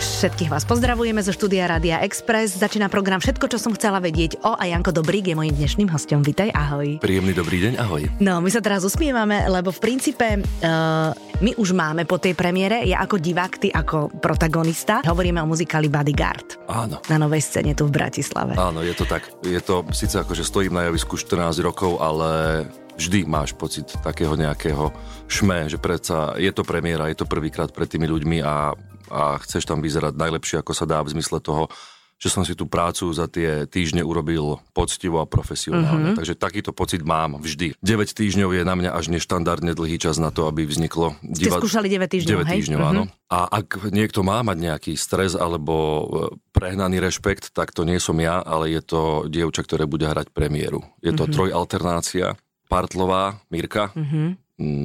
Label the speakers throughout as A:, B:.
A: Všetkých vás pozdravujeme zo štúdia Radia Express. Začína program Všetko, čo som chcela vedieť o a Janko Dobrík je mojím dnešným hostom. Vitaj, ahoj.
B: Príjemný dobrý deň, ahoj.
A: No, my sa teraz usmievame, lebo v princípe uh, my už máme po tej premiére, ja ako divák, ty ako protagonista, hovoríme o muzikáli Bodyguard
B: Áno.
A: na novej scéne tu v Bratislave.
B: Áno, je to tak. Je to síce ako, že stojím na javisku 14 rokov, ale vždy máš pocit takého nejakého šme, že predsa je to premiéra, je to prvýkrát pred tými ľuďmi a, a chceš tam vyzerať najlepšie, ako sa dá v zmysle toho, že som si tú prácu za tie týždne urobil poctivo a profesionálne. Mm-hmm. Takže takýto pocit mám vždy. 9 týždňov je na mňa až neštandardne dlhý čas na to, aby vzniklo
A: Ste skúšali 9 týždňov, hej?
B: 9
A: Mhm.
B: týždňov, áno. A ak niekto má mať nejaký stres alebo e, prehnaný rešpekt, tak to nie som ja, ale je to dievča, ktoré bude hrať premiéru.
A: Mhm.
B: Je to mm-hmm. trojalternácia. Partlová, Mirka,
A: Mhm.
B: mm-hmm.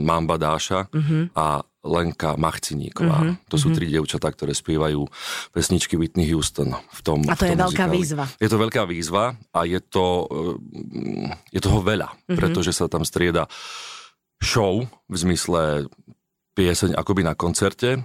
B: Mamba Dáša mm-hmm. a Lenka Machciníková.
A: Mhm.
B: Mm-hmm. To sú tri dievčatá, ktoré spievajú pesničky Whitney Houston v tom
A: A to
B: v tom
A: je veľká
B: muzikáli.
A: výzva.
B: Je to veľká výzva a je, to, eh, je toho veľa,
A: Mhm.
B: mm-hmm. pretože sa tam strieda show v zmysle pieseň akoby na koncerte,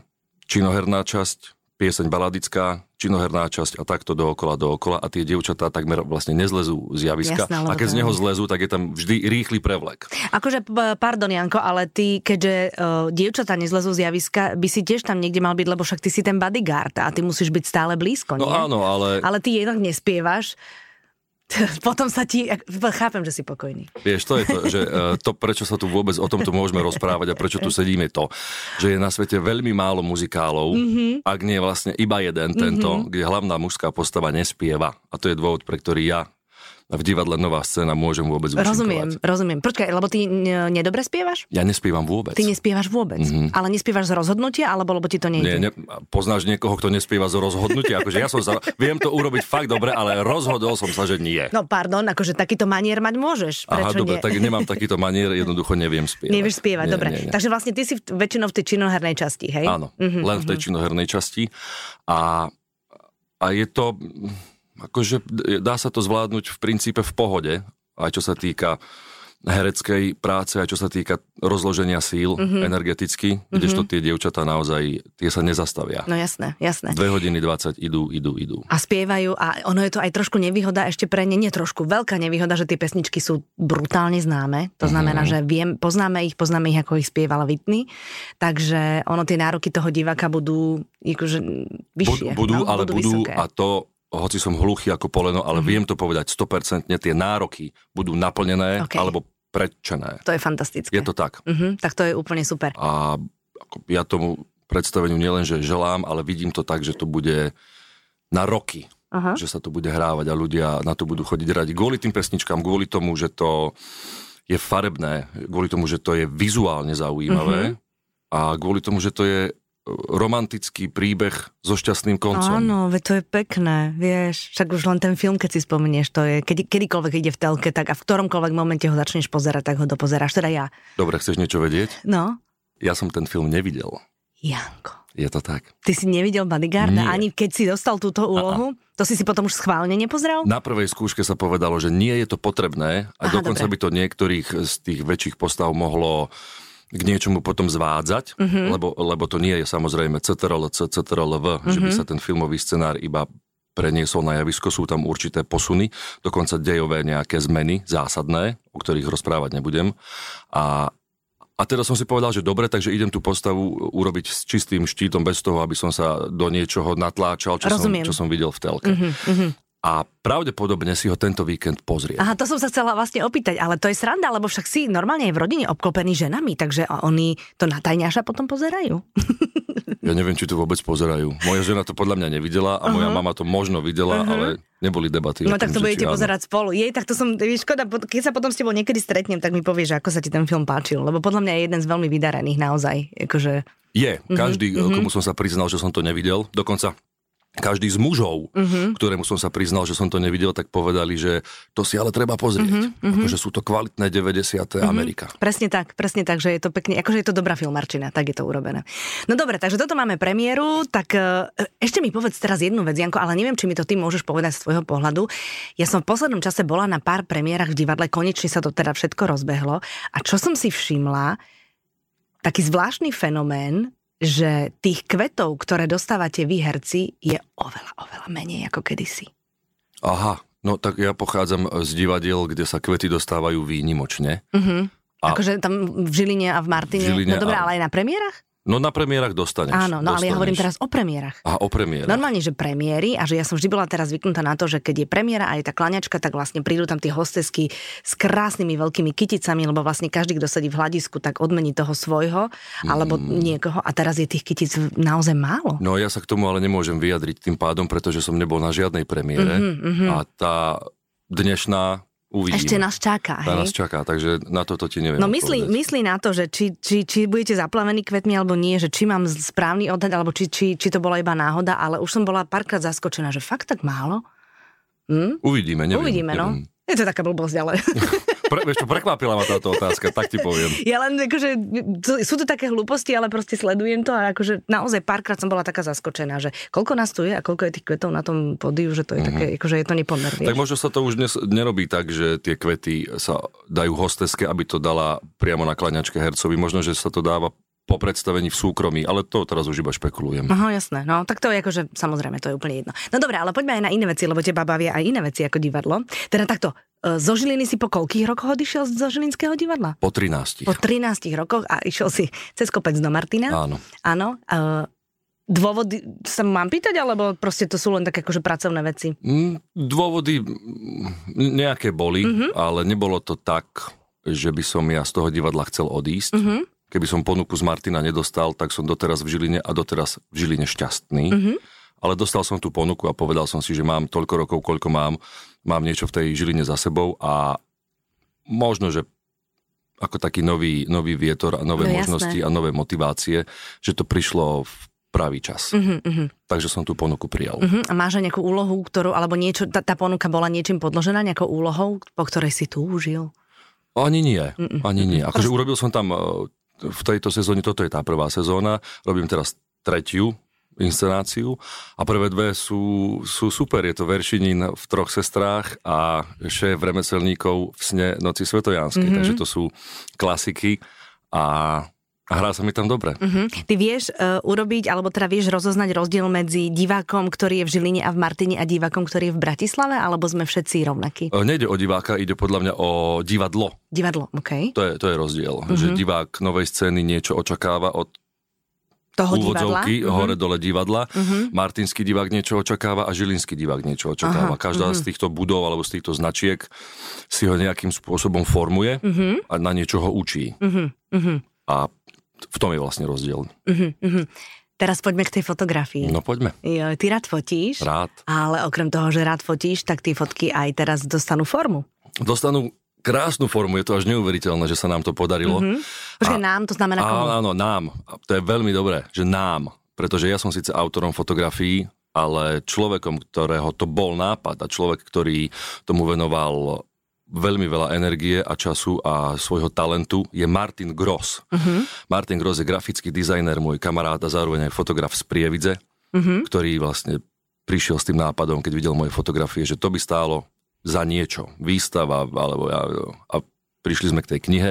B: činoherná časť, pieseň baladická, činoherná časť a takto dookola, dookola a tie dievčatá takmer vlastne nezlezú z javiska
A: Jasné, lebo
B: a keď
A: to
B: z neho
A: je-
B: zlezú, tak je tam vždy rýchly prevlek.
A: Akože, p- pardon Janko, ale ty, keďže uh, dievčatá nezlezú z javiska, by si tiež tam niekde mal byť, lebo však ty si ten bodyguard a ty musíš byť stále blízko,
B: No
A: nie?
B: áno, ale,
A: Ale
B: ale
A: ty jednak nespievaš, potom sa ti... Chápem, že si pokojný.
B: vieš, to je to, že eh, to, prečo sa tu vôbec o tomto môžeme rozprávať a prečo tu sedíme, je to, že je na svete veľmi málo muzikálov,
A: Mhm.
B: mm-hmm. ak nie je vlastne iba jeden tento, mm-hmm. kde hlavná mužská postava nespieva. A to je dôvod, pre ktorý ja v divadle Nová scéna môžem vôbec
A: Rozumiem,
B: účinkovať.
A: rozumiem. Počkaj, lebo ty e, nedobre spievaš?
B: Ja nespievam vôbec.
A: Ty nespievaš vôbec, mm-hmm. ale nespievaš z rozhodnutia, alebo lebo ti to
B: Mhm. Nie,
A: nejde?
B: ne, poznáš niekoho, kto nespieva z rozhodnutia? Akože ja som sa, viem to urobiť fakt dobre, ale rozhodol som sa, že nie.
A: No pardon, akože takýto manier mať môžeš,
B: Aha,
A: prečo
B: dobre,
A: nie?
B: tak nemám takýto manier, jednoducho neviem spievať.
A: Nevieš spievať,
B: Nie,
A: dobre.
B: nie, nie.
A: Takže vlastne ty si v, väčšinou v tej činohernej časti, hej? Mhm,
B: Áno, mm-hmm, len v tej činohernej časti. A, a je to, mm, akože d- dá sa to zvládnuť v princípe v pohode, aj čo sa týka hereckej práce, aj čo sa týka rozloženia síl
A: Mhm.
B: mm-hmm. energeticky, kdežto tie dievčatá naozaj, tie sa nezastavia.
A: No jasné, jasné.
B: Dve hodiny 20 idú, idú, idú.
A: a spievajú a ono je to aj trošku nevýhoda ešte pre ne, nie trošku, veľká nevýhoda, že tie pesničky sú brutálne známe.
B: Mhm.
A: To znamená, že viem, poznáme ich, poznáme ich, ako ich spievala Whitney, takže ono tie nároky toho diváka budú akože, vyššie.
B: Bud- budú,
A: no,
B: ale budú,
A: vysoké. Mhm.
B: a to hoci som hluchý ako poleno, ale viem to povedať 100%, tie nároky budú naplnené
A: Ok.
B: alebo predčené.
A: To je fantastické.
B: Je to tak.
A: Mhm, tak to je úplne super.
B: A ako ja tomu predstaveniu nielenže želám, ale vidím to tak, že to bude na roky,
A: Aha.
B: že sa to bude hrávať a ľudia na to budú chodiť radi. Kvôli tým pesničkám, kvôli tomu, že to je farebné, kvôli tomu, že to je vizuálne zaujímavé a kvôli tomu, že to je e, romantický príbeh so šťastným koncom.
A: Áno, veď to je pekné, vieš. Však už len ten film, keď si spomenieš, to je, keď, kedykoľvek ide v telke, tak a v ktoromkoľvek momente ho začneš pozerať, tak ho dopozeráš, teda ja.
B: Dobre, chceš niečo vedieť?
A: No,
B: Ja som ten film nevidel.
A: Janko.
B: Je to tak.
A: Ty si nevidel Bodyguarda
B: Nie.
A: ani keď si dostal túto úlohu? To si si potom už schválne nepozrel?
B: Na prvej skúške sa povedalo, že nie je to potrebné a
A: Aha,
B: Aha, dokonca
A: dobre.
B: dobre. by to niektorých z tých väčších postav mohlo k niečomu potom zvádzať, mm-hmm.
A: Mhm.
B: lebo, lebo to nie je samozrejme CTRLC, CTRLV, mm-hmm. že
A: Mhm.
B: by sa ten filmový scenár iba preniesol na javisko, sú tam určité posuny, dokonca dejové nejaké zmeny zásadné, o ktorých rozprávať nebudem. A, a teda som si povedal, že dobre, takže idem tú postavu urobiť s čistým štítom, bez toho, aby som sa do niečoho natláčal, čo, som,
A: Rozumiem. Mhm.
B: čo som videl v telke. A pravdepodobne si ho tento víkend pozrie.
A: Aha, to som sa chcela vlastne opýtať, ale to je sranda, lebo však si normálne aj v rodine obklopený ženami, takže a oni to na tajňaša potom pozerajú.
B: Ja neviem, či to vôbec pozerajú. Moja žena to podľa mňa nevidela a moja mama to možno videla, ale neboli debaty.
A: No
B: o
A: tak to
B: tom, že či
A: budete
B: áno.
A: pozerať spolu. Jej, tak to som, vieš, škoda, po- keď sa potom s tebou niekedy stretnem, tak mi povieš, že ako sa ti ten film páčil, lebo podľa mňa je jeden z veľmi vydarených naozaj. Akože,
B: Je, každý, eh,
A: mhm.
B: komu som sa priznal, že som to nevidel, dokonca každý z mužov,
A: Mhm.
B: ktorému som sa priznal, že som to nevidel, tak povedali, že to si ale treba
A: Mhm,
B: pozrieť. Akože sú to kvalitné 90. Amerika.
A: Presne tak, presne tak, že je to pekne, akože je to dobrá filmarčina, tak je to urobené. No dobre, takže toto máme premiéru, tak e, ešte mi povedz teraz jednu vec, Janko, ale neviem, či mi to ty môžeš povedať z tvojho pohľadu. Ja som v poslednom čase bola na pár premiérach v divadle, konečne sa to teda všetko rozbehlo a čo som si všimla, taký zvláštny fenomén, že tých kvetov, ktoré dostávate vy herci, je oveľa, oveľa menej ako kedysi.
B: Aha, no tak ja pochádzam eh, z divadiel, kde sa kvety dostávajú výnimočne.
A: Mhm.
B: A-
A: Akože tam v Žiline a v Martine.
B: V Žiline
A: no dobré,
B: a-
A: ale aj na premiérach?
B: No na premiérach dostaneš.
A: Áno, no ale ja
B: dostaneš. teda?
A: hovorím teraz o premiérach.
B: Aha, o premiérach.
A: Normálne, že premiéry a že ja som vždy bola teraz zvyknutá na to, že keď je premiéra a je tá klaňačka, tak vlastne prídu tam tie hostesky s krásnymi veľkými kyticami, lebo vlastne každý, kto sedí v hľadisku, tak odmení toho svojho alebo
B: Mm.
A: niekoho a teraz je tých kytic naozaj málo.
B: No ja sa k tomu ale nemôžem vyjadriť tým pádom, pretože som nebol na žiadnej premiére
A: Mhm,
B: a tá dnešná uvidíme.
A: Ešte nás čaká,
B: tá
A: hej?
B: nás čaká, takže na toto ti neviem
A: No myslí,
B: odpovedať.
A: myslí na to, že či, či, či budete zaplavení kvetmi alebo nie, že či mám z- správny odhad, alebo či, či, či to bola iba náhoda, ale už som bola párkrát zaskočená, že fakt tak málo? Hm?
B: Uvidíme, neviem.
A: Uvidíme, no.
B: neviem.
A: Je to taká blbosť, ale...
B: Pre, vieš čo, prekvapila ma táto otázka, tak ti poviem.
A: Ja len akože, to- sú to také hlúposti, ale proste sledujem to a akože naozaj párkrát som bola taká zaskočená, že koľko nás tu je a koľko je tých kvetov na tom podiu, že to je také, akože je to nepomer,
B: Tak
A: vieš.
B: možno sa to už dnes nerobí tak, že tie kvety sa dajú hosteske, aby to dala priamo na klaňačke hercovi. Možno, že sa to dáva po predstavení v súkromí, ale to teraz už iba špekulujem.
A: Aha, jasné, no tak to je akože, samozrejme, to je úplne jedno. No dobre, ale poďme aj na iné veci, lebo teba bavia aj iné veci ako divadlo. Teda takto, e, zo Žiliny si po koľkých rokoch odišiel z- zo Žilinského divadla?
B: Po 13.
A: Po 13 rokoch a išiel si cez kopec do Martina.
B: Áno.
A: Áno. E, dôvody sa mám pýtať, alebo proste to sú len také akože pracovné veci?
B: Mm, Dôvody mm, nejaké boli,
A: Mhm.
B: ale nebolo to tak, že by som ja z toho divadla chcel odísť.
A: Mhm.
B: Keby som ponuku z Martina nedostal, tak som doteraz v Žiline a doteraz v Žiline šťastný.
A: Mhm.
B: Ale dostal som tú ponuku a povedal som si, že mám toľko rokov, koľko mám, mám niečo v tej Žiline za sebou a možno, že ako taký nový, nový vietor a nové
A: No jasné.
B: možnosti a nové motivácie, že to prišlo v pravý čas.
A: Uh-huh, uh-huh.
B: Takže som tú ponuku prijal.
A: Uh-huh. A máš aj nejakú úlohu, ktorú, alebo niečo, tá, tá ponuka bola niečím podložená, nejakou úlohou, po ktorej si túžil?
B: Ani nie, ani nie. Akože urobil som tam e, v tejto sezóne, toto je tá prvá sezóna, robím teraz tretiu inscenáciu a prvé dve sú, sú super. Je to Veršinín v troch sestrách a šéf remeselníkov v sne Noci Svetojanskej. Mm-hmm. Takže to sú klasiky a, a hrá sa mi tam dobre.
A: Uh-huh. Ty vieš uh, urobiť, alebo teda vieš rozoznať rozdiel medzi divákom, ktorý je v Žiline a v Martine a divákom, ktorý je v Bratislave, alebo sme všetci rovnakí?
B: E, Nejde o diváka, ide podľa mňa o divadlo.
A: Divadlo, OK.
B: To je, to je rozdiel, mm-hmm. že divák novej scény niečo očakáva od
A: Toho divadla? Mhm.
B: úvodzovky, hore dole divadla. Martinský divák niečo očakáva a Žilinský divák niečo
A: Aha,
B: očakáva.
A: Mhm.
B: Každá z týchto budov alebo z týchto značiek si ho nejakým spôsobom formuje
A: Mhm.
B: a na niečo ho učí. A v tom je vlastne rozdiel.
A: Uh-huh, uh-huh. Teraz poďme k tej fotografii.
B: No poďme.
A: Jo, ty rád fotíš,
B: Rád.
A: ale okrem toho, že rád fotíš, tak tie fotky aj teraz dostanú formu.
B: Dostanú krásnu formu, je to až neuveriteľné, že sa nám to podarilo.
A: Mhm. Počkaj, nám to znamená komu?
B: Áno, áno, nám. A To je veľmi dobré, že nám. Pretože ja som síce autorom fotografií, ale človekom, ktorého to bol nápad a človek, ktorý tomu venoval veľmi veľa energie a času a svojho talentu je Martin Gross. Uh-huh. Martin Gross je grafický dizajner, môj kamarát a zároveň aj fotograf z Prievidze,
A: Mhm.
B: uh-huh. ktorý vlastne prišiel s tým nápadom, keď videl moje fotografie, že to by stálo za niečo. Výstava, alebo ja, a prišli sme k tej knihe.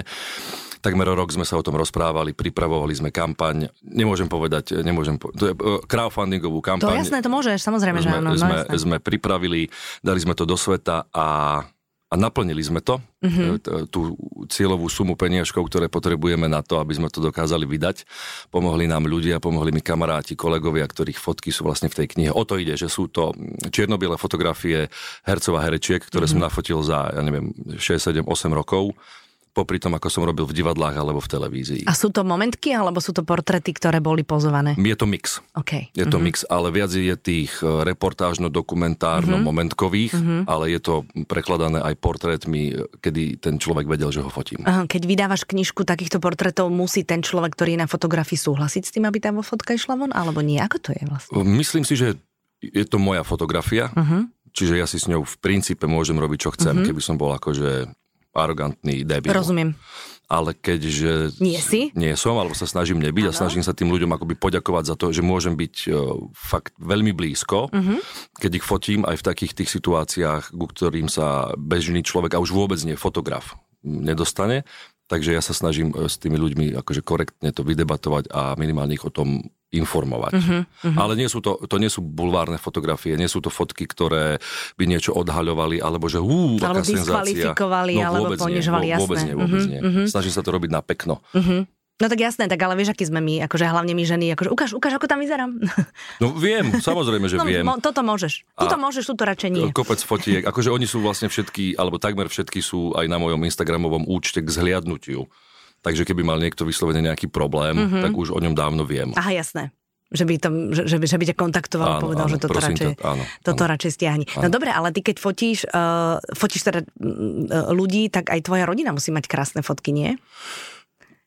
B: Takmer rok sme sa o tom rozprávali, pripravovali sme kampaň. Nemôžem povedať, nemôžem po- to je e, crowdfundingovú
A: To
B: kampaň.
A: jasné, to môžeš, samozrejme, že
B: sme,
A: áno. No,
B: sme,
A: jasné.
B: sme pripravili, dali sme to do sveta a, a naplnili sme to,
A: Mhm.
B: mm-hmm. tú cieľovú sumu peniažkov, ktoré potrebujeme na to, aby sme to dokázali vydať. Pomohli nám ľudia, pomohli mi kamaráti, kolegovia, ktorých fotky sú vlastne v tej knihe. O to ide, že sú to čiernobiele fotografie hercov a herečiek, ktoré
A: Mhm.
B: mm-hmm. som nafotil za, ja neviem, 6, 7, 8 rokov popri tom, ako som robil v divadlách alebo v televízii.
A: A sú to momentky, alebo sú to portrety, ktoré boli pozované?
B: Je to mix.
A: OK.
B: Je to mm-hmm. mix, ale viac je tých e, reportážno-dokumentárno-momentkových, mm-hmm. ale je to prekladané aj portrétmi, e, kedy ten človek vedel, že ho fotím. E,
A: Aha, Keď vydávaš knižku takýchto portrétov, musí ten človek, ktorý je na fotografii, súhlasiť s tým, aby tam vo fotka išla von? Alebo nie? Ako to je vlastne?
B: Myslím si, že je to moja fotografia,
A: Mhm.
B: mm-hmm. čiže ja si s ňou v princípe môžem robiť, čo chcem, mm-hmm. keby som bol akože arogantný debil.
A: Rozumiem.
B: Ale keďže...
A: Nie si?
B: Nie som, alebo sa snažím nebyť a snažím sa tým ľuďom akoby poďakovať za to, že môžem byť e, fakt veľmi blízko,
A: Mhm.
B: keď ich fotím aj v takých tých situáciách, ku ktorým sa bežný človek a už vôbec nie fotograf m, nedostane Takže ja sa snažím e, s tými ľuďmi akože korektne to vydebatovať a minimálne ich o tom informovať.
A: Mhm,
B: Uh-huh, uh-huh. Ale nie sú to, to nie sú bulvárne fotografie, nie sú to fotky, ktoré by niečo odhaľovali, alebo že hú,
A: Alebo
B: aká senzácia. No
A: diskvalifikovali, alebo
B: vôbec
A: ponižovali,
B: nie, vô- vôbec
A: jasné.
B: nie, vôbec
A: Mhm,
B: nie.
A: mhm.
B: Snažím sa to robiť na pekno.
A: Mhm. No tak jasné, tak ale vieš, aký sme my, akože hlavne my ženy, akože ukáž, ukáž, ako tam vyzerám.
B: No viem, samozrejme, že
A: no,
B: viem.
A: Mo, toto môžeš, tuto
B: A-
A: môžeš, tuto radšej nie.
B: Kopec fotiek, akože oni sú vlastne všetky, alebo takmer všetky sú aj na mojom Instagramovom účte k zhliadnutiu. Takže keby mal niekto vyslovene nejaký problém,
A: Mhm.
B: mm-hmm. tak už o ňom dávno viem.
A: Aha, jasné. Že by, tam, že, že by, že by ťa kontaktoval a
B: Áno,
A: povedal,
B: áno,
A: že toto
B: prosím
A: radšej,
B: ťa, áno,
A: toto radšej stiahni. No dobre, ale ty keď fotíš, uh, fotíš teda uh, ľudí, tak aj tvoja rodina musí mať krásne fotky, nie?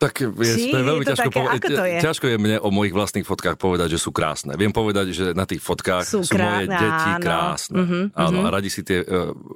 B: Tak je,
A: Či
B: to je veľmi
A: je to
B: ťažko
A: také,
B: povedať.
A: ako to je?
B: Ťažko je mne o mojich vlastných fotkách povedať, že sú krásne. Viem povedať, že na tých fotkách
A: Sú
B: sú,
A: krásne,
B: moje deti
A: áno.
B: krásne.
A: Mhm,
B: áno, a radi si tie, eh,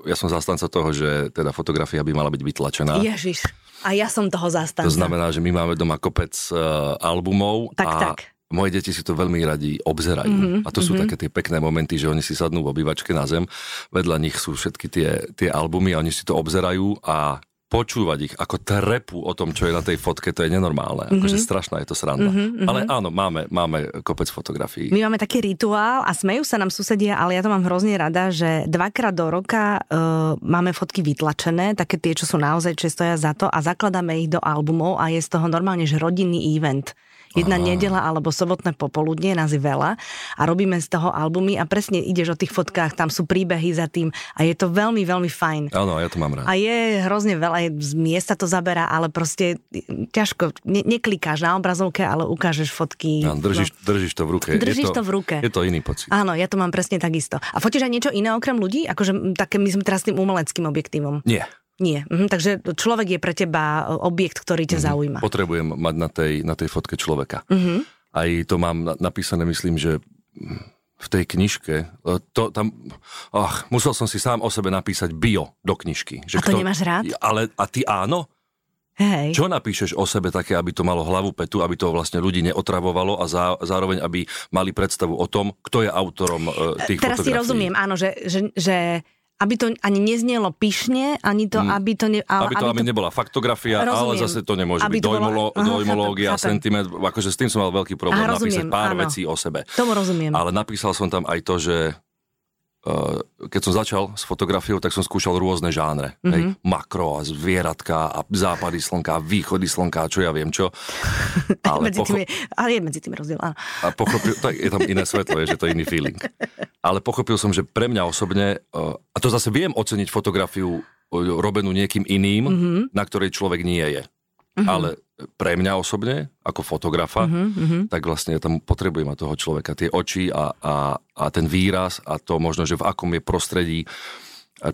B: ja som zastanca toho, že teda fotografia by mala byť vytlačená.
A: Ježiš, a ja som toho zastanca.
B: To znamená, že my máme doma kopec eh, albumov
A: Tak,
B: a
A: tak. Mhm,
B: moje deti si to veľmi radi obzerajú. a to sú také tie pekné momenty, že oni si sadnú v obývačke na zem, vedľa nich sú všetky tie, tie albumy a oni si to obzerajú a počúvať ich ako trepu o tom, čo je na tej fotke, to je
A: Mhm.
B: nenormálne. Akože strašná je to sranda. Ale áno, máme, máme kopec fotografií.
A: My máme taký rituál a smejú sa nám susedia, ale ja to mám hrozne rada, že dvakrát do roka uh, máme fotky vytlačené, také tie, čo sú naozaj, čo stoja za to a zakladáme ich do albumov a je z toho normálne, že rodinný event. Jedna nedela alebo sobotné popoludnie, nás je veľa a robíme z toho albumy a presne ideš o tých fotkách, tam sú príbehy za tým a je to veľmi, veľmi fajn.
B: Áno, ja to mám rád.
A: A je hrozne veľa, je- z miesta to zaberá, ale proste ťažko, ne, neklikáš na obrazovke, ale ukážeš fotky.
B: Áno, No, držíš, držíš to v ruke.
A: Držíš
B: je
A: to
B: to,
A: v ruke.
B: Je to iný pocit.
A: Áno, ja to mám presne takisto. A fotíš aj niečo iné okrem ľudí? Akože m, také my sme teraz s tým umeleckým objektívom.
B: Nie.
A: Nie. Mhm, takže človek je pre teba e, objekt, ktorý
B: Mhm.
A: ťa zaujíma.
B: Potrebujem mať na tej, na tej fotke človeka.
A: Mhm.
B: Mm-hmm. Aj to mám na- napísané, myslím, že mm, v tej knižke, e, to tam, ach, musel som si sám o sebe napísať bio do knižky. Že
A: A to nemáš rád?
B: Ale, a ty áno?
A: Hej.
B: Čo napíšeš o sebe také, aby to malo hlavu petu, aby to vlastne ľudí neotravovalo a zá, zároveň, aby mali predstavu o tom, kto je autorom e, tých
A: Teraz si
B: fotografií.
A: rozumiem, áno, že, že, že aby to ani neznelo pyšne, ani to, aby to... Ne, ale,
B: Mhm. Aby to, aby nebola faktografia, ale
A: Rozumiem.
B: zase to nemôže
A: Aby
B: byť
A: to bola-
B: dojmolo,
A: Aha, chápem,
B: dojmológia,
A: chápem.
B: sentiment, akože s tým som mal veľký problém
A: Aha,
B: napísať
A: rozumiem,
B: pár
A: áno.
B: vecí o sebe.
A: Tomu rozumiem.
B: Ale napísal som tam aj to, že eh, keď som začal s fotografiou, tak som skúšal rôzne žánre. Mm-hmm. Hej, makro a zvieratka a západy slnka a východy slnka a čo ja viem čo. Ale,
A: medzi tým
B: pocho-
A: je, ale je medzi tým rozdiel, áno.
B: a pochopil, tak je tam iné svetlo, je, že to je iný feeling. Ale pochopil som, že pre mňa osobne, eh, a to zase viem oceniť fotografiu eh, robenú niekým iným, mm-hmm. na ktorej človek nie je. Mm-hmm. Ale pre mňa osobne, ako fotografa, mm-hmm. tak vlastne ja tam potrebujem mať toho človeka. Tie oči a, a, a ten výraz a to možno, že v akom je prostredí a,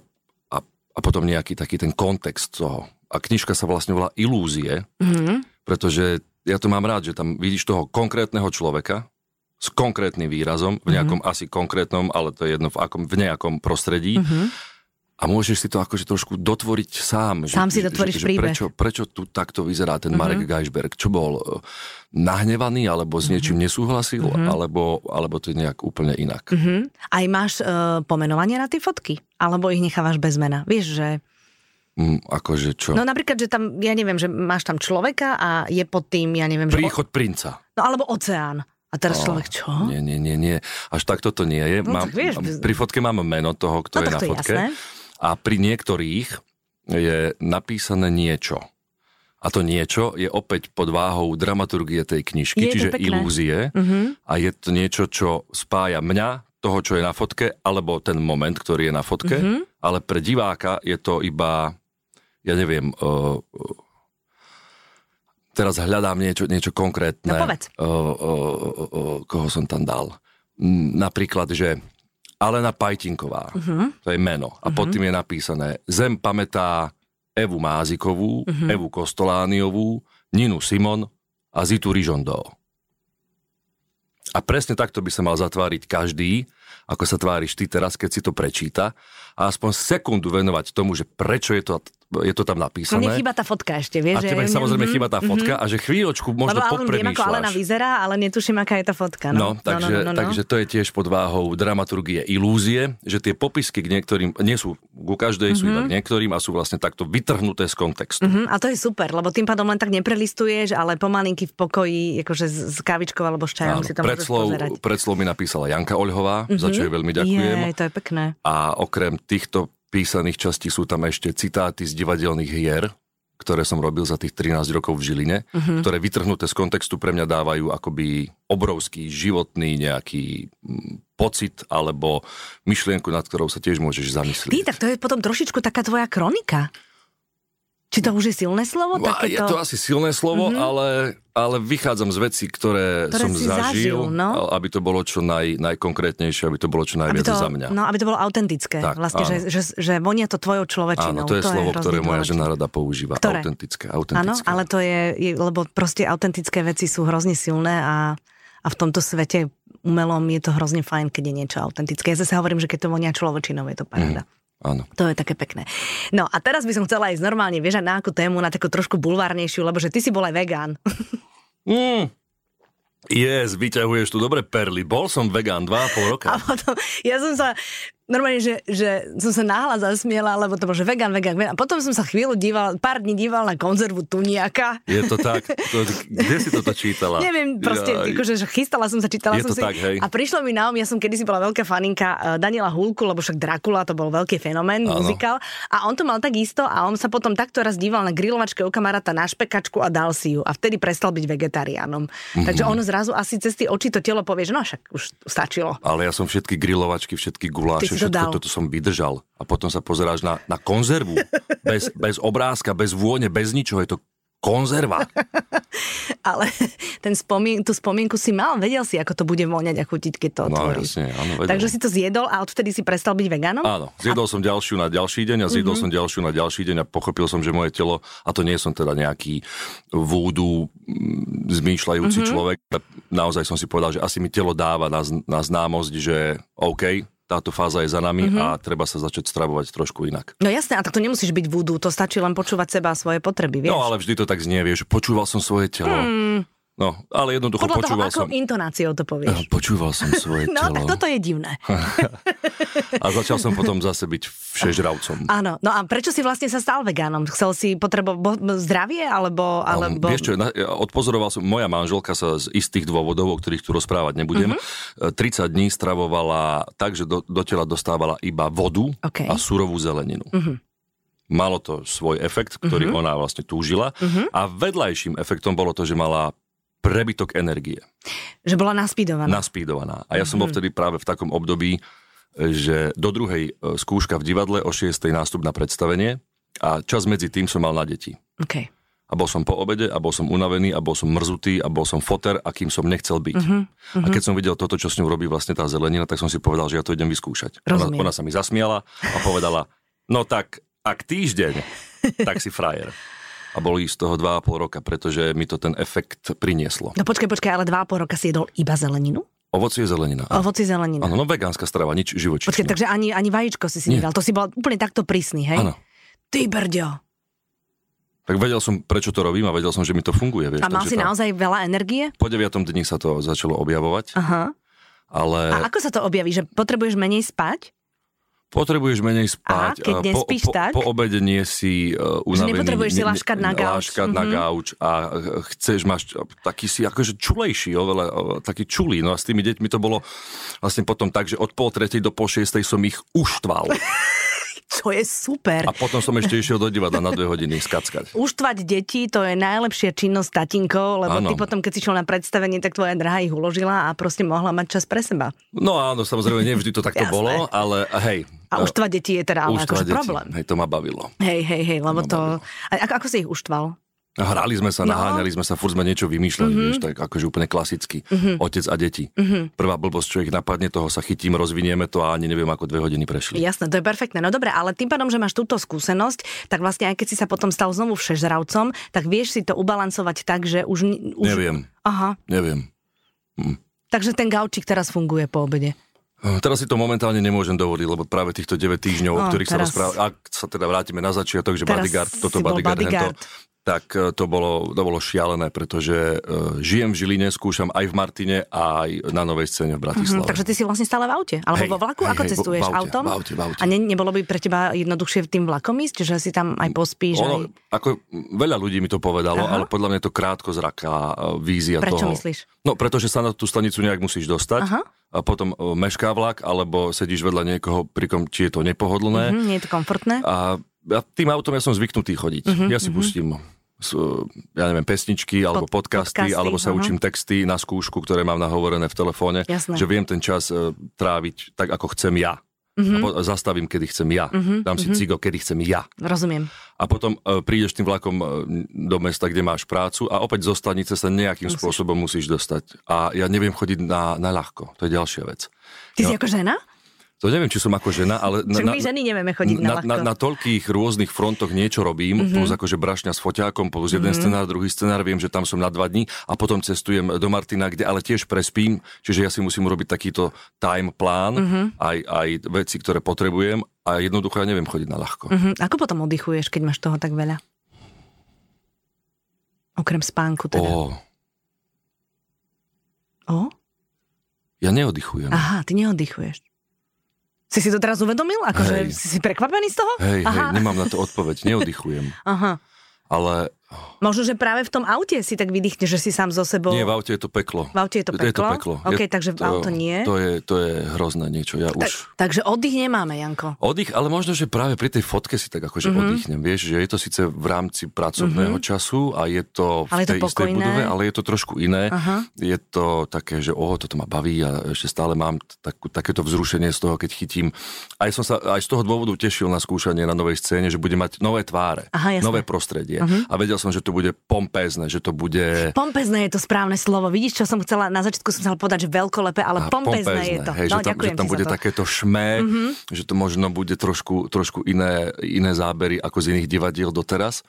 B: a, a potom nejaký taký ten kontext toho. A knižka sa vlastne volá Ilúzie,
A: Mhm,
B: mm-hmm. pretože ja to mám rád, že tam vidíš toho konkrétneho človeka s konkrétnym výrazom,
A: Mhm.
B: v nejakom mm-hmm. asi konkrétnom, ale to je jedno v, akom, v nejakom prostredí.
A: Mhm.
B: Mm-hmm. A môžeš si to akože trošku dotvoriť sám.
A: Sám si dotvoríš príbeh. Mhm.
B: Prečo, prečo tu takto vyzerá ten Marek Geisberg? Čo bol eh, nahnevaný,
A: Mhm.
B: alebo s niečím nesúhlasil, alebo, alebo to je nejak úplne inak.
A: Mhm. Aj máš uh, pomenovanie na tie fotky? Alebo ich nechávaš bez mena? Vieš, že...
B: Mm, akože čo?
A: Mhm. No napríklad, že tam, ja neviem, že máš tam človeka a je pod tým, ja neviem, že...
B: Príchod princa.
A: No alebo oceán. A teraz človek, čo?
B: Nie, nie, nie, nie. Až takto to nie je.
A: No, tak vieš,
B: mám-
A: by-
B: pri fotke máme meno
A: No,
B: toho, kto je
A: tak
B: na
A: to je
B: fotke.
A: jasné.
B: A pri niektorých je napísané niečo. A to niečo je opäť pod váhou dramaturgie tej
A: Je
B: knižky,
A: to
B: čiže
A: pekné.
B: ilúzie.
A: Mhm.
B: A je to niečo, čo spája mňa, toho, čo je na fotke, alebo ten moment, ktorý je na fotke.
A: Mhm.
B: Ale pre diváka je to iba, ja neviem, eh, teraz hľadám niečo, niečo konkrétne. Eh,
A: No povedz.
B: O, o, o, o, eh, koho som tam dal? Mm, Napríklad, že Alena Pajtinková, uh-huh. to je meno. A uh-huh.
A: Mhm.
B: pod tým je napísané Zem pamätá Evu Mázikovú,
A: Mhm.
B: uh-huh. Evu Kostolániovú, Ninu Simon a Zitu Rižondó. A presne takto by sa mal zatváriť každý, ako sa tváriš ty teraz, keď si to prečíta a aspoň sekundu venovať tomu, že prečo je to, je to tam napísané.
A: Mne chýba tá fotka ešte,
B: a
A: vieš? že- mhm.
B: tebe samozrejme chýba tá fotka a že chvíľočku možno
A: Lebo Alan viem, ako Alena
B: popremýšľaš.
A: vyzerá, ale netuším, aká je tá fotka.
B: No,
A: No,
B: takže,
A: no, no, no, no.
B: takže to je tiež pod váhou dramaturgie ilúzie, že tie popisky k niektorým, nie sú ku každej, sú iba k niektorým a sú vlastne takto vytrhnuté z kontextu.
A: Mhm, a to je super, lebo tým pádom len tak neprelistuješ, ale pomalinky v pokoji, akože s, s kávičkou alebo s čajom
B: Áno,
A: si to môžeš
B: predslov,
A: pozerať.
B: predslov mi napísala Janka Oľhová, za čo jej veľmi ďakujem.
A: Jej, to je pekné.
B: A okrem týchto písaných častí sú tam ešte citáty z divadelných hier, ktoré som robil za tých 13 rokov v Žiline,
A: Mhm.
B: ktoré vytrhnuté z kontextu pre mňa dávajú akoby obrovský životný nejaký mm, pocit alebo myšlienku, nad ktorou sa tiež môžeš zamyslieť.
A: Ty, tak to je potom trošičku taká tvoja kronika. Či to už je silné slovo?
B: No, a Je to asi silné slovo, mm-hmm. ale, ale vychádzam z vecí,
A: Mhm.
B: ktoré,
A: Ktoré
B: som
A: si
B: zažil,
A: zažil, no.
B: a- aby to bolo čo naj, najkonkrétnejšie, aby to bolo čo
A: aby
B: najviac
A: to,
B: za mňa.
A: No, aby to bolo autentické.
B: Tak,
A: vlastne, že, že, že vonia to tvojou
B: Áno,
A: človečinou.
B: to je slovo,
A: hrozne
B: ktoré moja
A: dôležité.
B: žena rada používa.
A: Ktoré?
B: Autentické,
A: Áno,
B: autentické.
A: ale to je, je, lebo proste autentické veci sú hrozne silné a, a v tomto svete umelom je to hrozne fajn, keď je niečo autentické. Ja zase hovorím, že keď to vonia človečinou, je to paráda. Mm.
B: Áno.
A: To je také pekné. No a teraz by som chcela ísť normálne, vieš, na akú tému, na takú trošku bulvárnejšiu, lebo že ty si bol aj vegán.
B: Mm. Yes, vyťahuješ tu dobre perly. Bol som vegán 2,5 roka.
A: A potom, ja som sa, normálne, že, že som sa náhla zasmiela, lebo to bolo, že vegan, vegan, vegan. A potom som sa chvíľu díval, pár dní díval na konzervu tuniaka.
B: Je to tak? To, kde si toto čítala?
A: Neviem, proste,
B: Jaj.
A: akože, že chystala som sa, čítala som
B: Je to
A: si.
B: tak, hej.
A: A prišlo mi na um, ja som kedysi bola veľká faninka eh, Daniela Hulku, lebo však Dracula to bol veľký fenomén,
B: Áno.
A: muzikál. A on to mal tak isto a on sa potom takto raz díval na grilovačke u kamaráta na špekačku a dal si ju. A vtedy prestal byť vegetariánom.
B: Mhm.
A: Takže on zrazu asi cez tie oči to telo povie, že no však už stačilo.
B: Ale ja som všetky grilovačky, všetky
A: Ty
B: guláše,
A: si to dal.
B: všetko toto som vydržal. A potom sa pozeráš na, na konzervu. Bez, bez obrázka, bez vône, bez ničoho. Je to konzerva.
A: Ale ten spomien, tú spomienku si mal, vedel si, ako to bude voňať a chutiť, keď to
B: No
A: otvoríš.
B: jasne, áno, vedel.
A: Takže si to zjedol a odvtedy si prestal byť veganom?
B: Áno, zjedol som ďalšiu na ďalší deň a zjedol
A: Mhm.
B: som ďalšiu na ďalší deň a pochopil som, že moje telo, a to nie som teda nejaký vúdu mm,
A: Mhm.
B: zmýšľajúci človek, ale naozaj som si povedal, že asi mi telo dáva na, z- na známosť, že OK, táto fáza je za nami
A: Mhm.
B: a treba sa začať stravovať trošku inak.
A: No jasné, a tak to nemusíš byť vúdu, to stačí len počúvať seba a svoje potreby, vieš? Hmm.
B: No ale vždy to tak znie, vieš, počúval som svoje telo. No, ale jednoducho
A: Mm, Podľa toho,
B: počúval
A: akou
B: som... Eh,
A: intonáciou to povieš.
B: Počúval som svoje
A: No,
B: telo
A: tak toto je divné.
B: a začal som potom zase byť všežravcom.
A: Áno, no a prečo si vlastne sa stal vegánom? Chcel si potrebo bo- bo- zdravie, alebo...
B: Um,
A: alebo...
B: Vieš čo, na- ja odpozoroval som, moja manželka sa z istých dôvodov, o ktorých tu rozprávať
A: Mhm.
B: nebudem, uh-huh. 30 dní stravovala tak, že do, do tela dostávala iba vodu
A: OK. Mhm.
B: a surovú zeleninu. Uh-huh. Malo to svoj efekt, ktorý uh-huh. ona vlastne túžila
A: Mhm.
B: uh-huh. a vedľajším efektom bolo to, že mala prebytok energie,
A: Že bola naspidovaná.
B: naspídovaná. A ja som bol vtedy práve v takom období, e, že do druhej e, skúška v divadle o 6. nástup na predstavenie a čas medzi tým som mal na deti.
A: Okay.
B: A bol som po obede, a bol som unavený, a bol som mrzutý, a bol som foter, akým som nechcel byť. Uh-huh, uh-huh. A keď som videl toto, čo s ňou robí vlastne tá zelenina, tak som si povedal, že ja to idem vyskúšať. Ona,
A: Rozumiem.
B: ona sa mi zasmiala a povedala, no tak, ak týždeň, tak si frajer. A boli z toho 2,5 roka, pretože mi to ten efekt prinieslo.
A: No počkaj, počkaj, ale dva a pol roka si jedol iba zeleninu?
B: Ovocie zelenina. Áno,
A: Ovoci zelenina.
B: Áno, no vegánska strava, nič
A: Počkaj,
B: živočíšne.
A: takže ani, ani vajíčko si si
B: Nie.
A: nedal. To si bol úplne takto prísny, hej?
B: Áno.
A: Ty brďo.
B: Tak vedel som, prečo to robím a vedel som, že mi to funguje. Vieš,
A: A mal
B: takže
A: si
B: tá-
A: naozaj veľa energie?
B: Po 9. dni sa to začalo objavovať,
A: Aha.
B: ale...
A: A ako sa to objaví? Že potrebuješ menej spať?
B: Potrebuješ menej
A: Aha,
B: spať.
A: keď
B: a
A: nespíš,
B: po, po,
A: tak?
B: Po obede nie si uh, unavený.
A: nepotrebuješ si
B: ne- ne-
A: laškať na gauč. Mhm.
B: Laškať na gauč a eh, chceš, máš eh, taký si akože čulejší, oveľa, eh, taký čulý. No a s tými deťmi to bolo vlastne potom tak, že od pol tretej do pol šiestej som ich uštval.
A: Čo je super.
B: A potom som ešte išiel do divadla na dve hodiny skackať.
A: Uštvať deti, to je najlepšia činnosť tatinkov, lebo
B: Áno.
A: ty potom, keď si šiel na predstavenie, tak tvoja drahá ich uložila a proste mohla mať čas pre seba.
B: No áno, samozrejme, nevždy to takto
A: Jasné.
B: bolo, ale hej.
A: A
B: eh,
A: uštvať deti je teda ale
B: uštvať
A: akože
B: deti. No,
A: problém.
B: Hej, to ma bavilo.
A: Hej, hej, hej, lebo
B: ma
A: to... A ako, ako si ich uštval?
B: Hrali sme sa,
A: No. Mhm.
B: naháňali sme sa, furt sme niečo vymýšľali, vieš, tak akože úplne klasicky. Otec a deti. Prvá blbosť, čo ich napadne, toho sa chytím, rozvinieme to a ani neviem, ako dve hodiny prešli.
A: Jasné, to je perfektné. No dobre, ale tým pádom, že máš túto skúsenosť, tak vlastne aj keď si sa potom stal znovu všežravcom, tak vieš si to ubalancovať tak, že už... ni- už...
B: Neviem,
A: Aha,
B: neviem.
A: takže ten gaučík teraz funguje po obede.
B: Hm, Teraz si to momentálne nemôžem dovoliť, lebo práve týchto 9 týždňov, o
A: No,
B: ktorých
A: teraz-
B: sa rozprávame, ak sa teda vrátime na začiatok, že
A: Teraz
B: bodyguard, toto
A: si bol
B: bodyguard,
A: bodyguard.
B: Hento, tak e, to bolo, to bolo šialené, pretože uh, žijem v Žiline, skúšam aj v Martine, aj na Novej scéne
A: Hm,
B: v Bratislave.
A: takže ty si vlastne stále v aute, alebo
B: Hej,
A: vo vlaku,
B: hej,
A: ako
B: hej, vo-
A: cestuješ
B: v aute,
A: autom?
B: v aute, v aute.
A: A ne, nebolo by pre teba jednoduchšie tým vlakom ísť, že si tam aj pospíš?
B: ono,
A: aj...
B: ako veľa ľudí mi to povedalo,
A: Aha.
B: ale podľa mňa je to krátkozraká e, vízia
A: Prečo
B: toho.
A: myslíš?
B: No, pretože sa na tú stanicu nejak musíš dostať
A: Aha.
B: a potom e, mešká vlak, alebo sedíš vedľa niekoho, pri kom ti je to nepohodlné.
A: Hm, nie je to komfortné?
B: A ja tým autom ja som zvyknutý chodiť. Uh-huh, ja si uh-huh. pustím s- ja neviem, pesničky
A: Mhm,
B: alebo
A: Pod-
B: Pod,
A: podcasty,
B: podcasty, alebo sa
A: áno.
B: učím texty na skúšku, ktoré mám nahovorené v telefóne,
A: Jasné.
B: že viem ten čas e, tráviť tak, ako chcem ja.
A: Mhm.
B: A po- a zastavím, kedy chcem ja. Dám si cigo, kedy chcem ja.
A: Rozumiem.
B: A potom e, prídeš tým vlakom e, do mesta, kde máš prácu a opäť zo stanice sa nejakým musíš. spôsobom musíš dostať. A ja neviem chodiť na, na ľahko. To je ďalšia vec.
A: Ty si
B: Ja-
A: ako žena?
B: To neviem, či som ako žena, ale...
A: Však my ženy nevieme chodiť na Mhm. ľahko.
B: na, na toľkých rôznych frontoch niečo robím, mm-hmm. plus akože brašňa s foťákom, plus
A: Mhm.
B: jeden mm-hmm. scenár, druhý scenár, viem, že tam som na dva dní a potom cestujem do Martina, kde ale tiež prespím, čiže ja si musím urobiť takýto time plán,
A: Mhm.
B: mm-hmm. aj, aj veci, ktoré potrebujem a jednoducho ja neviem chodiť na ľahko. Mm-hmm.
A: Mhm. Ako potom oddychuješ, keď máš toho tak veľa? Okrem spánku teda.
B: Ó,
A: O?
B: ja neoddychujem.
A: Aha, ty neoddychuješ. Si si to teraz uvedomil? Akože
B: Hej.
A: si si prekvapený z toho?
B: Hej, hej,
A: Aha.
B: nemám na to odpoveď, neoddychujem,
A: Aha.
B: ale
A: Možno, že práve v tom aute si tak vydýchne, že si sám so sebou...
B: nie, v aute je to peklo.
A: v aute je to peklo?
B: Je to peklo.
A: OK,
B: je,
A: takže
B: to,
A: auto nie.
B: To je, to je hrozné niečo, ja už...
A: Takže oddych nemáme, Janko.
B: Oddych, ale možno, že práve pri tej fotke si tak
A: Mhm.
B: akože mm-hmm. oddychnem, vieš, že je to síce v rámci pracovného mm-hmm. času a je to v
A: Ale je to
B: tej istej
A: pokojné.
B: budove, ale je to trošku iné.
A: Aha.
B: Je to také, že o, toto ma baví a ešte stále mám t- takú, takéto vzrušenie z toho, keď chytím. Aj som sa aj z toho dôvodu tešil na skúšanie na novej scéne, že bude mať nové tváre,
A: Aha, jasné. Mhm.
B: nové prostredie. A vedel som, že to bude pompézne, že to bude...
A: Pompezné je to správne slovo. Vidíš, čo som chcela, na začiatku som chcela povedať, že veľkolepé, ale
B: A
A: pompezné, je to. no,
B: Hej, že tam, že
A: ďakujem
B: tam
A: ti
B: bude
A: za to. Mhm.
B: takéto šmé, mm-hmm. že to možno bude trošku, trošku iné, iné zábery ako z iných divadiel doteraz.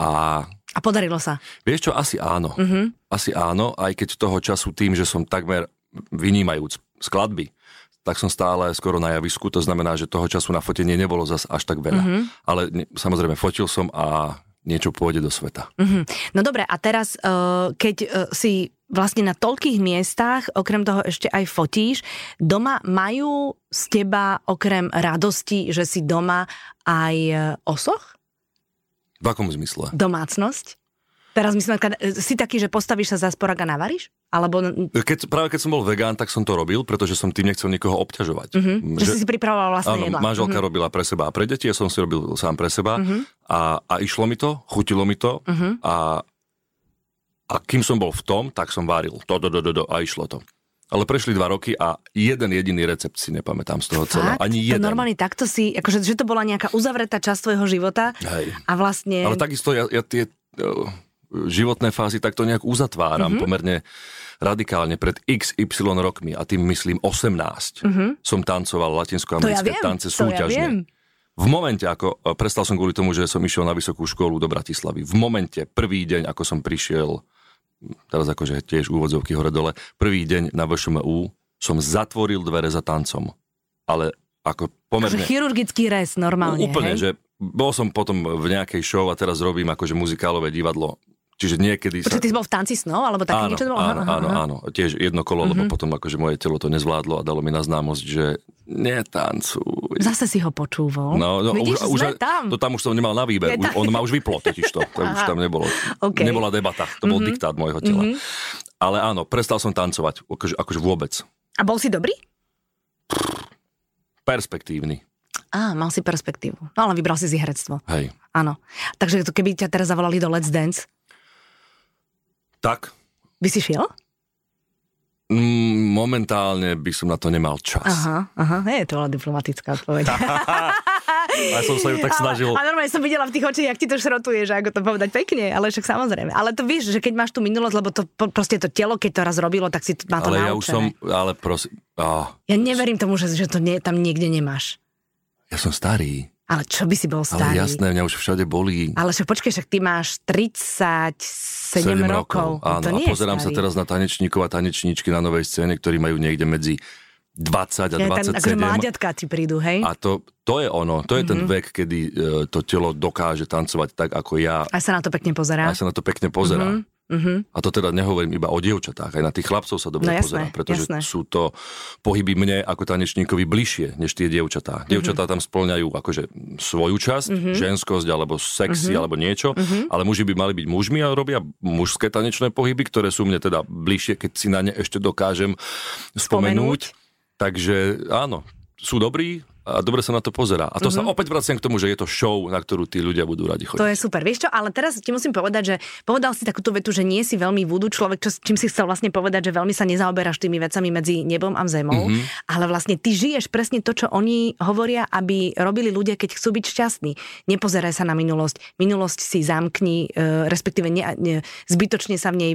B: A
A: A podarilo sa.
B: vieš čo, asi áno. Mm-hmm.
A: Mhm.
B: Asi áno, aj keď toho času tým, že som takmer vynímajúc skladby, tak som stále skoro na javisku, to znamená, že toho času na fotenie nebolo zas až tak veľa.
A: Mhm.
B: Mm-hmm. Ale ne, samozrejme, fotil som a niečo pôjde do sveta.
A: Mhm. No dobre, a teraz, e, keď e, si vlastne na toľkých miestach, okrem toho ešte aj fotíš, doma majú z teba okrem radosti, že si doma aj e, osoch?
B: V akom zmysle?
A: Domácnosť? Teraz myslím, e, si taký, že postavíš sa za sporák a navaríš? Alebo n-
B: Keď, práve keď som bol vegán, tak som to robil, pretože som tým nechcel nikoho obťažovať.
A: Mhm. Že, si si pripravoval vlastné Mhm.
B: Áno,
A: jedlá.
B: manželka mm-hmm. robila pre seba a pre deti, ja som si robil sám pre seba mm-hmm.
A: Mhm.
B: a, a išlo mi to, chutilo mi to mm-hmm. a, a kým som bol v tom, tak som varil to, do, do, do, do a išlo to. Ale prešli dva roky a jeden jediný recept si nepamätám z toho celého.
A: Fakt?
B: Ani
A: To
B: jeden.
A: normálne takto si, akože, že to bola nejaká uzavretá časť tvojho života
B: Hej.
A: a vlastne...
B: Ale takisto ja, ja tie eh, životné fázy takto nejak
A: Mhm.
B: uzatváram mm-hmm. pomerne radikálne. Pred XY rokmi, a tým myslím 18, mm-hmm. som tancoval
A: Mhm. to ja
B: latinskoamerické
A: viem,
B: tance
A: to ja
B: súťažne.
A: viem.
B: V momente, ako e, prestal som kvôli tomu, že som išiel na vysokú školu do Bratislavy, v momente, prvý deň, ako som prišiel, teraz akože tiež úvodzovky hore-dole, prvý deň na VŠMU, som zatvoril dvere za tancom. Ale ako
A: Akože
B: pomerne...
A: chirurgický rez normálne,
B: úplne,
A: hej?
B: že bol som potom v nejakej show a teraz robím akože muzikálové divadlo. Čiže niekedy...
A: Počkaj, ty si bol v tanci snov, alebo také
B: áno,
A: niečo to bolo?
B: áno, áno, áno, tiež jedno
A: Mhm.
B: kolo, lebo potom akože moje telo to nezvládlo a dalo mi na známosť, že netancuj.
A: Zase si ho počúval.
B: No, no
A: Vidíš,
B: už,
A: sme
B: už,
A: tam.
B: To tam už som nemal na
A: Je
B: výber. Už,
A: tam.
B: on ma už vyplo totiž to. to už tam nebolo.
A: OK. Mhm.
B: Nebola debata. To bol diktát môjho tela. Ale áno, prestal som tancovať. Akože, akože vôbec.
A: A bol si dobrý?
B: Perspektívny.
A: Á, mal si perspektívu. No ale vybral si si herectvo.
B: Hej.
A: Áno. Takže to, keby ťa teraz zavolali do Let's Dance,
B: Tak,
A: by si šiel?
B: mm, momentálne by som na to nemal čas. Aha.
A: Aha, aha. Je, to bola diplomatická odpoveď.
B: A som sa ju tak snažil.
A: Ale, a normálne som videla v tých očiach, jak ti to šrotuje, že ako to povedať pekne, ale však samozrejme. Ale to vieš, že keď máš tú minulosť, lebo to po- proste to telo, keď to raz robilo, tak si to, má to
B: Ale
A: naučené.
B: ja už som, ale prosím, á,
A: ja neverím tomu, že, že to nie, tam niekde nemáš.
B: ja som starý,
A: Ale čo by si bol
B: ale
A: starý?
B: jasné, mňa už všade bolí.
A: Ale však počkej, však ty máš 37
B: Sedem
A: rokov. No
B: Áno,
A: to
B: a
A: nie je
B: pozerám sa
A: starý.
B: teraz na tanečníkov a tanečníčky na novej scéne, ktorí majú niekde medzi 20 a
A: Ja,
B: 27.
A: tam, akože mláďatka ti prídu, hej?
B: A to, to je ono, to je ten vek, kedy e, to telo dokáže tancovať tak, ako ja.
A: A sa na to pekne pozerá.
B: A sa na to pekne pozerá.
A: Mhm.
B: A to teda nehovorím iba o dievčatách, aj na tých chlapcov sa dobre
A: No jasné,
B: pozerá, pretože
A: jasné.
B: sú to pohyby mne ako tanečníkovi bližšie než tie
A: Mhm.
B: dievčatá. Dievčatá tam splňajú akože svoju časť, ženskosť alebo
A: Mhm.
B: sexy alebo niečo, ale muži by mali byť mužmi a robia mužské tanečné pohyby, ktoré sú mne teda bližšie, keď si na ne ešte dokážem spomenúť. Takže áno, sú dobrí a dobre sa na to pozerá. A to sa opäť vraciam k tomu, že je to show, na ktorú tí ľudia budú radi chodiť.
A: Mhm. To je super. Vieš čo, ale teraz ti musím povedať, že povedal si takúto vetu, že nie si veľmi vúdu človek, čo, čím si chcel vlastne povedať, že veľmi sa nezaoberáš tými vecami medzi nebom a zemou, mm-hmm. ale vlastne ty žiješ presne to, čo oni hovoria, aby robili ľudia, keď chcú byť šťastní. Nepozeraj sa na minulosť. Minulosť si zamkni, e, respektíve ne, ne, zbytočne sa v nej,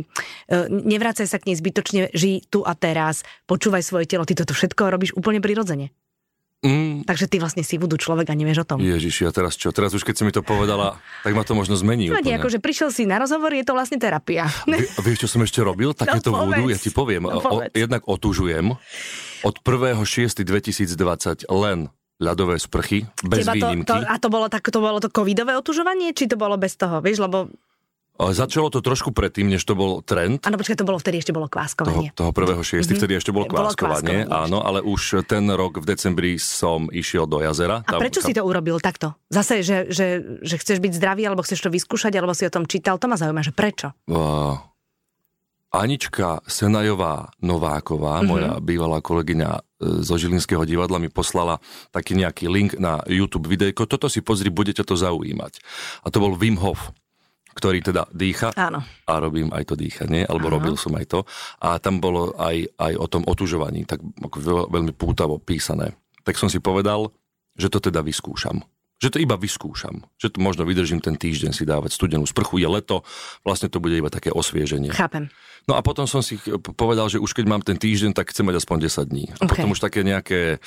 A: e, nevrácaj sa k nej zbytočne, žij tu a teraz, počúvaj svoje telo, ty toto všetko robíš úplne prirodzene.
B: Mm,
A: Takže ty vlastne si vúdu človek a nevieš o tom.
B: Ježiši, a teraz čo? Teraz už keď si mi to povedala, tak ma to možno zmení
A: Vadí,
B: úplne.
A: akože prišiel si na rozhovor, je to vlastne terapia.
B: Vie- A vieš, čo som ešte robil? Takéto
A: No, povedz.
B: vúdu, ja ti poviem.
A: No,
B: o,
A: povedz.
B: jednak otužujem. Od 1.6.2020 len ľadové sprchy, bez
A: Teba to,
B: výnimky.
A: to, a to bolo, tak, to bolo to covidové otužovanie, či to bolo bez toho, vieš, lebo,
B: A Začalo to trošku predtým, než to bol trend.
A: áno, počkaj, to bolo vtedy, ešte bolo
B: Toho,
A: kváskovanie.
B: toho prvého šiestý, vtedy ešte bolo
A: Mhm. Bolo
B: kváskovanie,
A: kváskovanie,
B: áno, ale už ten rok v decembri som išiel do
A: A
B: jazera. Tam-
A: prečo si to urobil takto? Zase, že, že, že chceš byť zdravý, alebo chceš to vyskúšať, alebo si o tom čítal, to ma zaujíma, že prečo?
B: Uh, Anička Senajová Nováková, mm-hmm. moja bývalá kolegyňa e, zo Žilinského divadla, mi poslala taký nejaký link na YouTube videjko. Toto si pozri, budete to zaujímať. A to bol Wim Hof, ktorý teda dýcha
A: Áno.
B: a robím aj to dýchanie, alebo robil som aj to. A tam bolo aj, aj o tom otužovaní, tak ako veľ- veľmi pútavo písané. Tak som si povedal, že to teda vyskúšam. Že to iba vyskúšam. Že to možno vydržím ten týždeň si dávať studenú sprchu, je leto, vlastne to bude iba také osvieženie.
A: Chápem.
B: No a potom som si ch- povedal, že už keď mám ten týždeň, tak chcem mať aspoň 10 dní. A
A: Ok.
B: potom už také nejaké,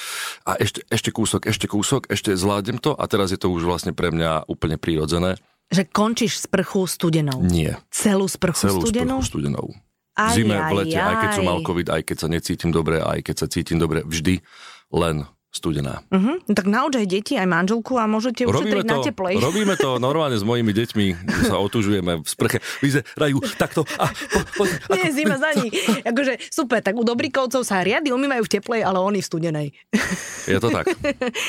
B: a ešte, ešte kúsok, ešte kúsok, ešte zvládnem to a teraz je to už vlastne pre mňa úplne prírodzené.
A: Že končíš sprchu studenou.
B: Nie.
A: Celú sprchu
B: Mm. Celú
A: studenú?
B: sprchu studenou.
A: Aj,
B: V zime, v
A: aj,
B: lete, aj keď som
A: aj.
B: mal COVID, aj keď sa necítim dobre, aj keď sa cítim dobre, vždy len studená.
A: Uh-huh. No, tak nauč aj deti, aj manželku a môžete ušetriť na teplej.
B: robíme to normálne s mojimi deťmi, že sa otužujeme v sprche, vyzerajú takto a po, po, ako,
A: Nie, zima za ní. Akože, super, tak u dobríkovcov sa riady umývajú v teplej, ale oni v studenej.
B: je to tak.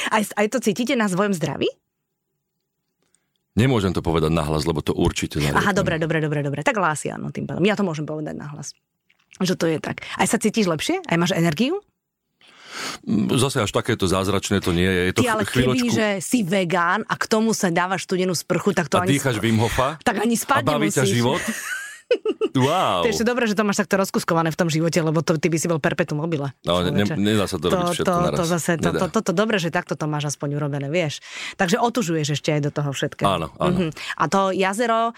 A: Aj, aj to cítite na svojom zdraví?
B: Nemôžem to povedať nahlas, lebo to určite zarieknem.
A: Aha, dobre, dobre, dobre, dobre. Tak hlas, áno, tým pádom. Ja to môžem povedať nahlas. Že to je tak. Aj sa cítiš lepšie? Aj máš energiu?
B: Mm, Zase až takéto zázračné to nie je. Je to
A: Ty ale
B: ch- chvíľočku.
A: keby, že si vegán a k tomu sa dávaš studenú sprchu, tak to
B: A
A: ani...
B: dýchaš Wim Hofa
A: Tak ani
B: a
A: spať
B: baví ťa
A: nemusíš.
B: život. Wow.
A: To je ešte dobré, že to máš takto rozkuskované v tom živote, lebo to, ty by si bol perpetuum mobile.
B: No, ne,
A: človeče.
B: nedá sa to, robiť
A: to,
B: všetko
A: to,
B: naraz.
A: to zase, to,
B: Nedá.
A: to, toto dobre, že takto to máš aspoň urobené, vieš. Takže otužuješ ešte aj do toho všetkého.
B: Áno, áno.
A: Mhm. A to jazero,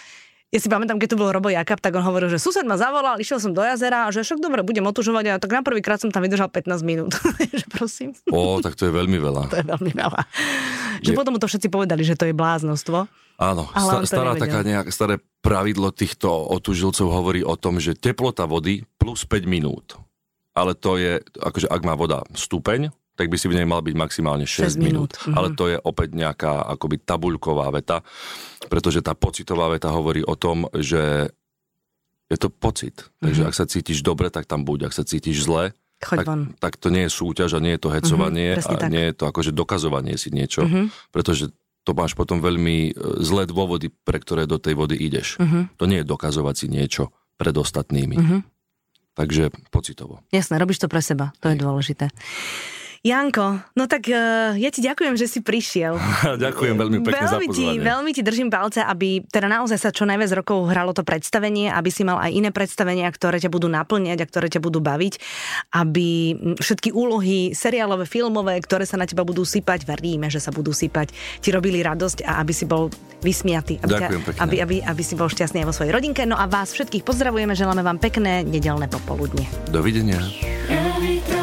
A: ja si pamätám, keď tu bol Robo Jakab, tak on hovoril, že sused ma zavolal, išiel som do jazera a že však dobre, budem otužovať a tak na prvýkrát som tam vydržal 15 minút. že prosím,
B: Ó, tak to je veľmi veľa.
A: to je veľmi veľa. Že
B: Je-
A: potom mu to všetci povedali, že to je bláznostvo.
B: Áno,
A: Ale
B: sta-
A: on to
B: stará
A: nevedel.
B: taká nejak, staré pravidlo týchto otužilcov hovorí o tom, že teplota vody plus 5 minút. Ale to je, akože ak má voda stupeň, tak by si v nej mal byť maximálne 6,
A: Šesť minút,
B: minút.
A: mhm.
B: Ale to je opäť nejaká akoby tabuľková veta, pretože tá pocitová veta hovorí o tom, že je to pocit.
A: Mhm.
B: Takže ak sa cítiš dobre, tak tam buď. Ak sa cítiš zle,
A: Choď
B: tak,
A: von.
B: tak to nie je súťaž a nie je to hecovanie
A: Mhm, presne
B: a
A: tak. Mhm.
B: nie je to akože dokazovanie si niečo, pretože to máš potom veľmi e, zlé dôvody, pre ktoré do tej vody ideš.
A: Mm. mhm,
B: To nie je dokazovať si niečo pred ostatnými. Takže pocitovo.
A: Jasné, robíš to pre seba, to je dôležité. Janko, no tak eh, ja ti ďakujem, že si prišiel.
B: Ďakujem veľmi pekne za
A: veľmi ti,
B: pozvanie.
A: veľmi ti držím palce, aby teda naozaj sa čo najviac rokov hralo to predstavenie, aby si mal aj iné predstavenia, ktoré ťa budú naplňať a ktoré ťa budú baviť, aby mm, všetky úlohy seriálové, filmové, ktoré sa na teba budú sypať, veríme, že sa budú sypať, ti robili radosť a aby si bol vysmiatý, aby,
B: Ďakujem pekne.
A: aby, aby, aby si bol šťastný aj vo svojej rodinke. No a vás všetkých pozdravujeme, želáme vám pekné nedelné popoludne.
B: Dovidenia.
C: Every time